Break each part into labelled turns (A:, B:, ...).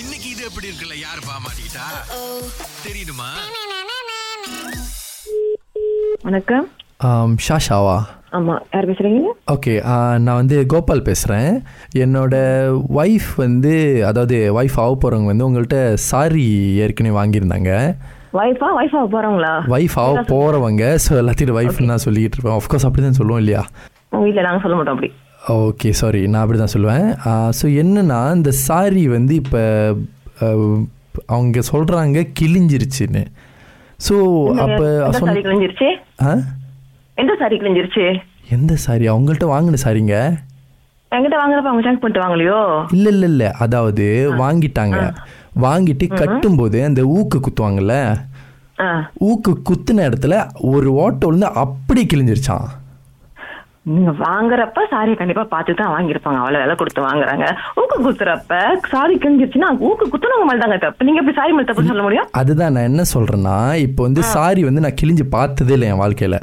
A: இன்னைக்கு இது எப்படி இருக்குல்ல யார் பாமாட்டா தெரியுமா
B: வணக்கம்
C: ஆம், ஷாஷாவா
B: ஆமா யார் பேசுறீங்க
C: ஓகே ஆ, uh, நான் வந்து கோபால் பேசுகிறேன் என்னோட ஒய்ஃப் வந்து அதாவது ஒய்ஃப் ஆக போகிறவங்க வந்து உங்கள்கிட்ட சாரி ஏற்கனவே வாங்கியிருந்தாங்க
B: வைஃபா வைஃபா போறோங்களா
C: ஒய்ஃப் ஆக போகிறவங்க ஸோ எல்லாத்தையும் ஒய்ஃப்னு தான் சொல்லிக்கிட்டு இருப்பேன் ஆஃப்கோர்ஸ் அப்படி தான் சொல்லுவோம் இல்லையா
B: உங்க வீட்ல நாங்க சொல்ல மாட்டோம் அப்படி
C: ஓகே சாரி நான் அப்படி தான் சொல்லுவேன் ஸோ என்னன்னா இந்த சாரி வந்து இப்போ அவங்க சொல்கிறாங்க கிழிஞ்சிருச்சுன்னு ஸோ அப்போ
B: எந்த
C: சொன்ன
B: சாரி கிழிஞ்சிருச்சு
C: ஆ
B: எந்த சாரி கிழிஞ்சிருச்சு
C: எந்த சாரி அவங்கள்ட்ட வாங்கின சாரிங்க
B: என்கிட்ட வாங்குறப்ப அவங்க சேங்க் பண்ணிட்டு வாங்கலையோ
C: இல்ல இல்ல இல்ல அதாவது வாங்கிட்டாங்க வாங்கிட்டு கட்டும்போது அந்த ஊக்கு குத்துவாங்கல்ல
B: ஆ
C: ஊக்கு குத்துன இடத்துல ஒரு ஓட்டை விழுந்து அப்படி கிழிஞ்சிருச்சான்
B: நீங்க வாங்குறப்ப சாரி கண்டிப்பா பார்த்து தான் வாங்கியிருப்பாங்க அவ்வளவு விலை கொடுத்து வாங்குறாங்க ஊக்கு குத்துறப்ப சாரி கிழிஞ்சிருச்சுன்னா ஊக்கு குத்துனவங்க மேல தாங்க தப்பு நீங்க எப்படி சாரி மேல தப்புன்னு சொல்ல முடியும்
C: அதுதான் நான் என்ன சொல்றேன்னா இப்போ வந்து சாரி வந்து நான் கிழிஞ்சு பார்த்ததே இல்லை என் வாழ்க்கையில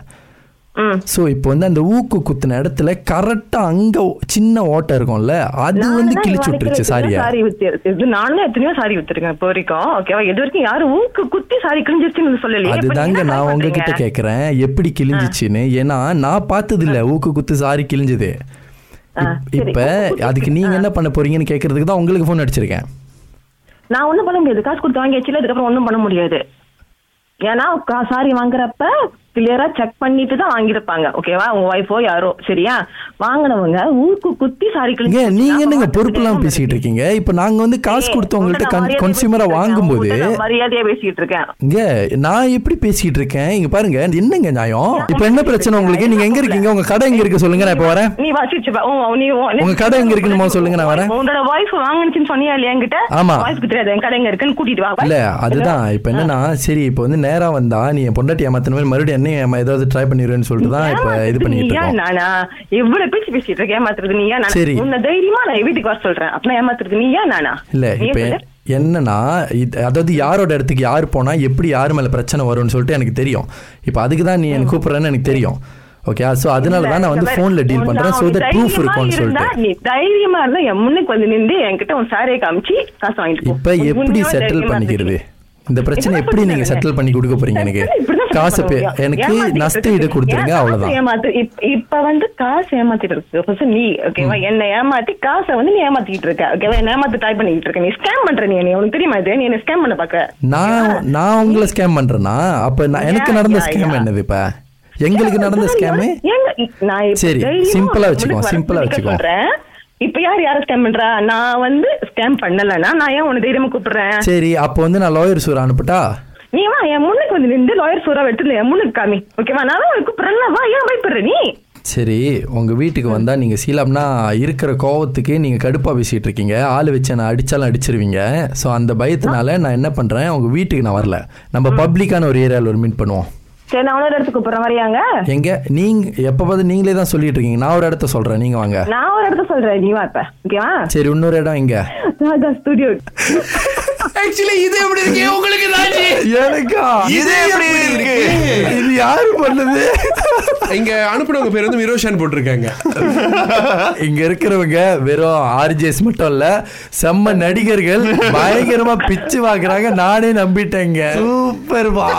B: ம்
C: ஸோ இப்போ வந்து அந்த ஊக்கு குத்துன இடத்துல கரெக்டா அங்க ஒ- சின்ன ஓட்டை இருக்கும்ல அது வந்து
B: நானும்
C: கிழிச்சு
B: என்
C: விட்டுருச்சு
B: வாழ்க்கையில
C: சாரியை
B: எத்தனையோ சாரி வித்திருக்கு இது நானும் எத்தனையோ சாரி வித்திருக்கேன் இப்போ வரைக்கும் ஓகேவா இது வரைக்கும் யாரும் ஊக்கு குத்தி சாரி கிழிஞ்சிருச்சுன்னு சொல்லலையே இப்ப
C: அதுதாங்க
B: நீங்க என்ன
C: நான்
B: சாரி
C: உங்ககிட்ட
B: பண்றீங்க?
C: கேட்குறேன் எப்படி கிழிஞ்சிச்சுன்னு ஏன்னா நான் பார்த்தது இல்லை ஊக்கு குத்து சாரி கிழிஞ்சது
B: ஆ, சரி.
C: இப்போ அதுக்கு நீங்கள் என்ன பண்ண போறீங்கன்னு கேட்கறதுக்கு தான் உங்களுக்கு ஃபோன் அடிச்சிருக்கேன்
B: நான் ஒண்ணும் பண்ண முடியாது காசு கொடுத்து வாங்கியாச்சுல அதுக்கப்புறம் ஒண்ணும் பண்ண முடியாது ஏன்னா கா- சாரி வாங்குறப்ப கிளியரா செக் பண்ணிட்டு தான் வாங்கியிருப்பாங்க ஓகேவா உங்க ஒய்ஃபோ யாரோ சரியா வாங்கினவங்க ஊருக்கு குத்தி சாரி
C: ஏங்க நீங்கள் என்னங்க பொறுப்பெல்லாம் பேசிக்கிட்டு இருக்கீங்க இப்போ நாங்கள் வந்து காசு கொடுத்து உங்கள்கிட்ட கன்சியூமராக வாங்கும்போது
B: மரியாதையா பேசிட்டு இருக்கேன்
C: இங்க நான் எப்படி பேசிக்கிட்டு இருக்கேன் இங்க பாருங்க என்னங்க நியாயம் இப்போ என்ன பிரச்சனை உங்களுக்கு நீங்க எங்க இருக்கீங்க உங்க கடை எங்க இருக்கு சொல்லுங்க நான் இப்போ வரேன்
B: நீ வாசிச்சு பா- உன் நீ உன்
C: உங்க கடை எங்க இருக்குன்னு முதல்ல சொல்லுங்க, நான் வரேன்.
B: உன்னோட வாய்ஸ் வாங்குனுச்சுன்னு சொன்னியா இல்லையா என்கிட்ட
C: ஆமா.
B: வாய்ஸ்க்கு தெரியாது என் கடை எங்க இருக்குன்னு கூட்டிட்டு வா
C: இல்ல அதுதான் இப்போ என்னன்னா சரி இப்போ வந்து நேரா வந்தா நீ என் பொண்டாட்டி ஏமாத்தின மாதிரி மறுபடியும் என்ன ஏமா ஏதாவது ட்ரை பண்ணிடுவேன்னு சொல்லிட்டு தான் இப்போ இது பண்ணிட்டு
B: நீயா
C: இருக்கோம்
B: நானா எவ்வளவு பேச்சு பேசிட்டு இருக்க ஏமாத்துறது நீயா நானா
C: சரி.
B: உன்னை தைரியமா நான் வீட்டுக்கு வர சொல்றேன் அப்ப நான் ஏமாத்துறது நீயா நானா
C: இல்ல
B: நீயே
C: இப்போ
B: சொல்லு.
C: என்னன்னா இது அதாவது யாரோட இடத்துக்கு யார் போனா எப்படி யார் மேல பிரச்சனை வரும்னு சொல்லிட்டு எனக்கு தெரியும் இப்போ அதுக்கு தான் நீ எனக்கு கூப்பிடுறேன்னு எனக்கு தெரியும் ஓகே ஸோ அதனால தான் நான் வந்து
B: Hmm. இந்த மாதிரி
C: ஃபோனில் டீல்
B: உன்
C: பண்றேன்
B: நான்
C: ஸோ தட் ப்ரூஃப்
B: தைரியமா
C: இருக்கும்னு
B: இருந்தா,
C: சொல்லிட்டு
B: நீ தைரியமா இருந்தா என் முன்னுக்கு வந்து நின்று என்கிட்ட உன் சாரியை காமிச்சு காசு வாங்கிட்டு போ.
C: இப்போ
B: உன்
C: எப்படி
B: உண்மையாவே
C: செட்டில்
B: தைரியமா
C: பண்ணிக்கிறது
B: இருந்துச்சு.
C: இந்த பிரச்சனை
B: இப்படி
C: எப்படி நீங்க
B: சொல்லுங்க.
C: செட்டில் பண்ணி கொடுக்க போறீங்க எனக்கு
B: இப்படி- இப்படிதான்
C: காசு பே-
B: சொல்லுவாங்க.
C: எனக்கு
B: ஏமாத்திட்டு
C: நஷ்டஈடு
B: இருக்கு.
C: கொடுத்துருங்க
B: ஏன்
C: அவ்வளவுதான்
B: காசு ஏமாத்து- இப்- இப்ப வந்து காசு ஏமாத்திட்டு இருக்கு First நீ ஓகேவா என்ன ஏமாத்தி காசை வந்து நீ ஏமாத்திட்டு இருக்க ஓகேவா என்ன ஏமாத்து ட்ரை பண்ணிட்டு இருக்க நீ ஸ்கேம் பண்ற நீ நீ உனக்கு தெரியுமா இது நீ என்ன ஸ்கேம் பண்ண பாக்க
C: நான் நான் உங்களை ஸ்கேம் பண்றேனா அப்ப நான் எனக்கு
B: யா,
C: நடந்த
B: யா,
C: ஸ்கேம்
B: யா.
C: என்னது இப்ப எங்களுக்கு நடந்த ஸ்கேமு
B: ஏங்க, இ- நான் இப்ப
C: சரி,
B: தைரியமா
C: simple ஆ
B: உன்
C: வச்சுக்குவோம்,
B: முன்னுக்கு
C: simple ஆ
B: வர
C: வச்சுக்குவோம்.
B: சொல்றேன். இப்ப யார் யார ஸ்கேம் பண்றா நான் வந்து ஸ்கேம் பண்ணலன்னா நான் ஏன் உன தைரியமா கூப்பிடுறேன்
C: சரி அப்ப வந்து நான் லாயர் சூர் அனுப்பிட்டா
B: நீ வா என் முன்னுக்கு வந்து நின்று லாயர் சூறா எடுத்துல என் முன்னுக்கு காமி ஓகேவா நான் உனக்கு கூப்பிடுறேன்ல வா ஏன் பயப்படுற நீ
C: சரி உங்க வீட்டுக்கு வந்தா நீங்க சீலாம்னா இருக்கிற கோவத்துக்கு நீங்க கடுப்பா பேசிட்டு இருக்கீங்க ஆள் வச்சு நான் அடிச்சாலும் அடிச்சிருவீங்க ஸோ அந்த பயத்தினால நான் என்ன பண்றேன் உங்க வீட்டுக்கு நான் வரல நம்ம பப்ளிக்கான ஒரு ஏரியாவில் ஒரு மீட் பண்ணுவோம்
B: சரி நான் உன்னோட இடத்துக்கு கூப்பிடுறேன் வரையாங்க
C: எங்க நீங்க எப்ப பார்த்து நீங்களே தான் சொல்லிட்டு இருக்கீங்க நான் ஒரு இடத்த சொல்றேன் நீங்க வாங்க
B: நான் ஒரு இடத்த சொல்றேன் நீ வா இப்ப ஓகேவா
C: சரி இன்னொரு இடம் எங்க
B: ராஜா ஸ்டுடியோ
D: ஆக்சுவலி இது எப்படி இருக்கு உங்களுக்கு தான் ஜி.
C: எனக்கா
A: இது எப்படி இருக்கு
C: இது யாரு பண்ணது
D: இங்க அனுப்புனவங்க பேர் வந்து மிரோஷான் போட்டிருக்காங்க
C: இங்க இருக்கிறவங்க வெறும் ஆர்ஜிஎஸ் மட்டும் இல்ல செம்ம நடிகர்கள் பயங்கரமா பிச்சு வாங்குறாங்க நானே நம்பிட்டேங்க சூப்பர்மா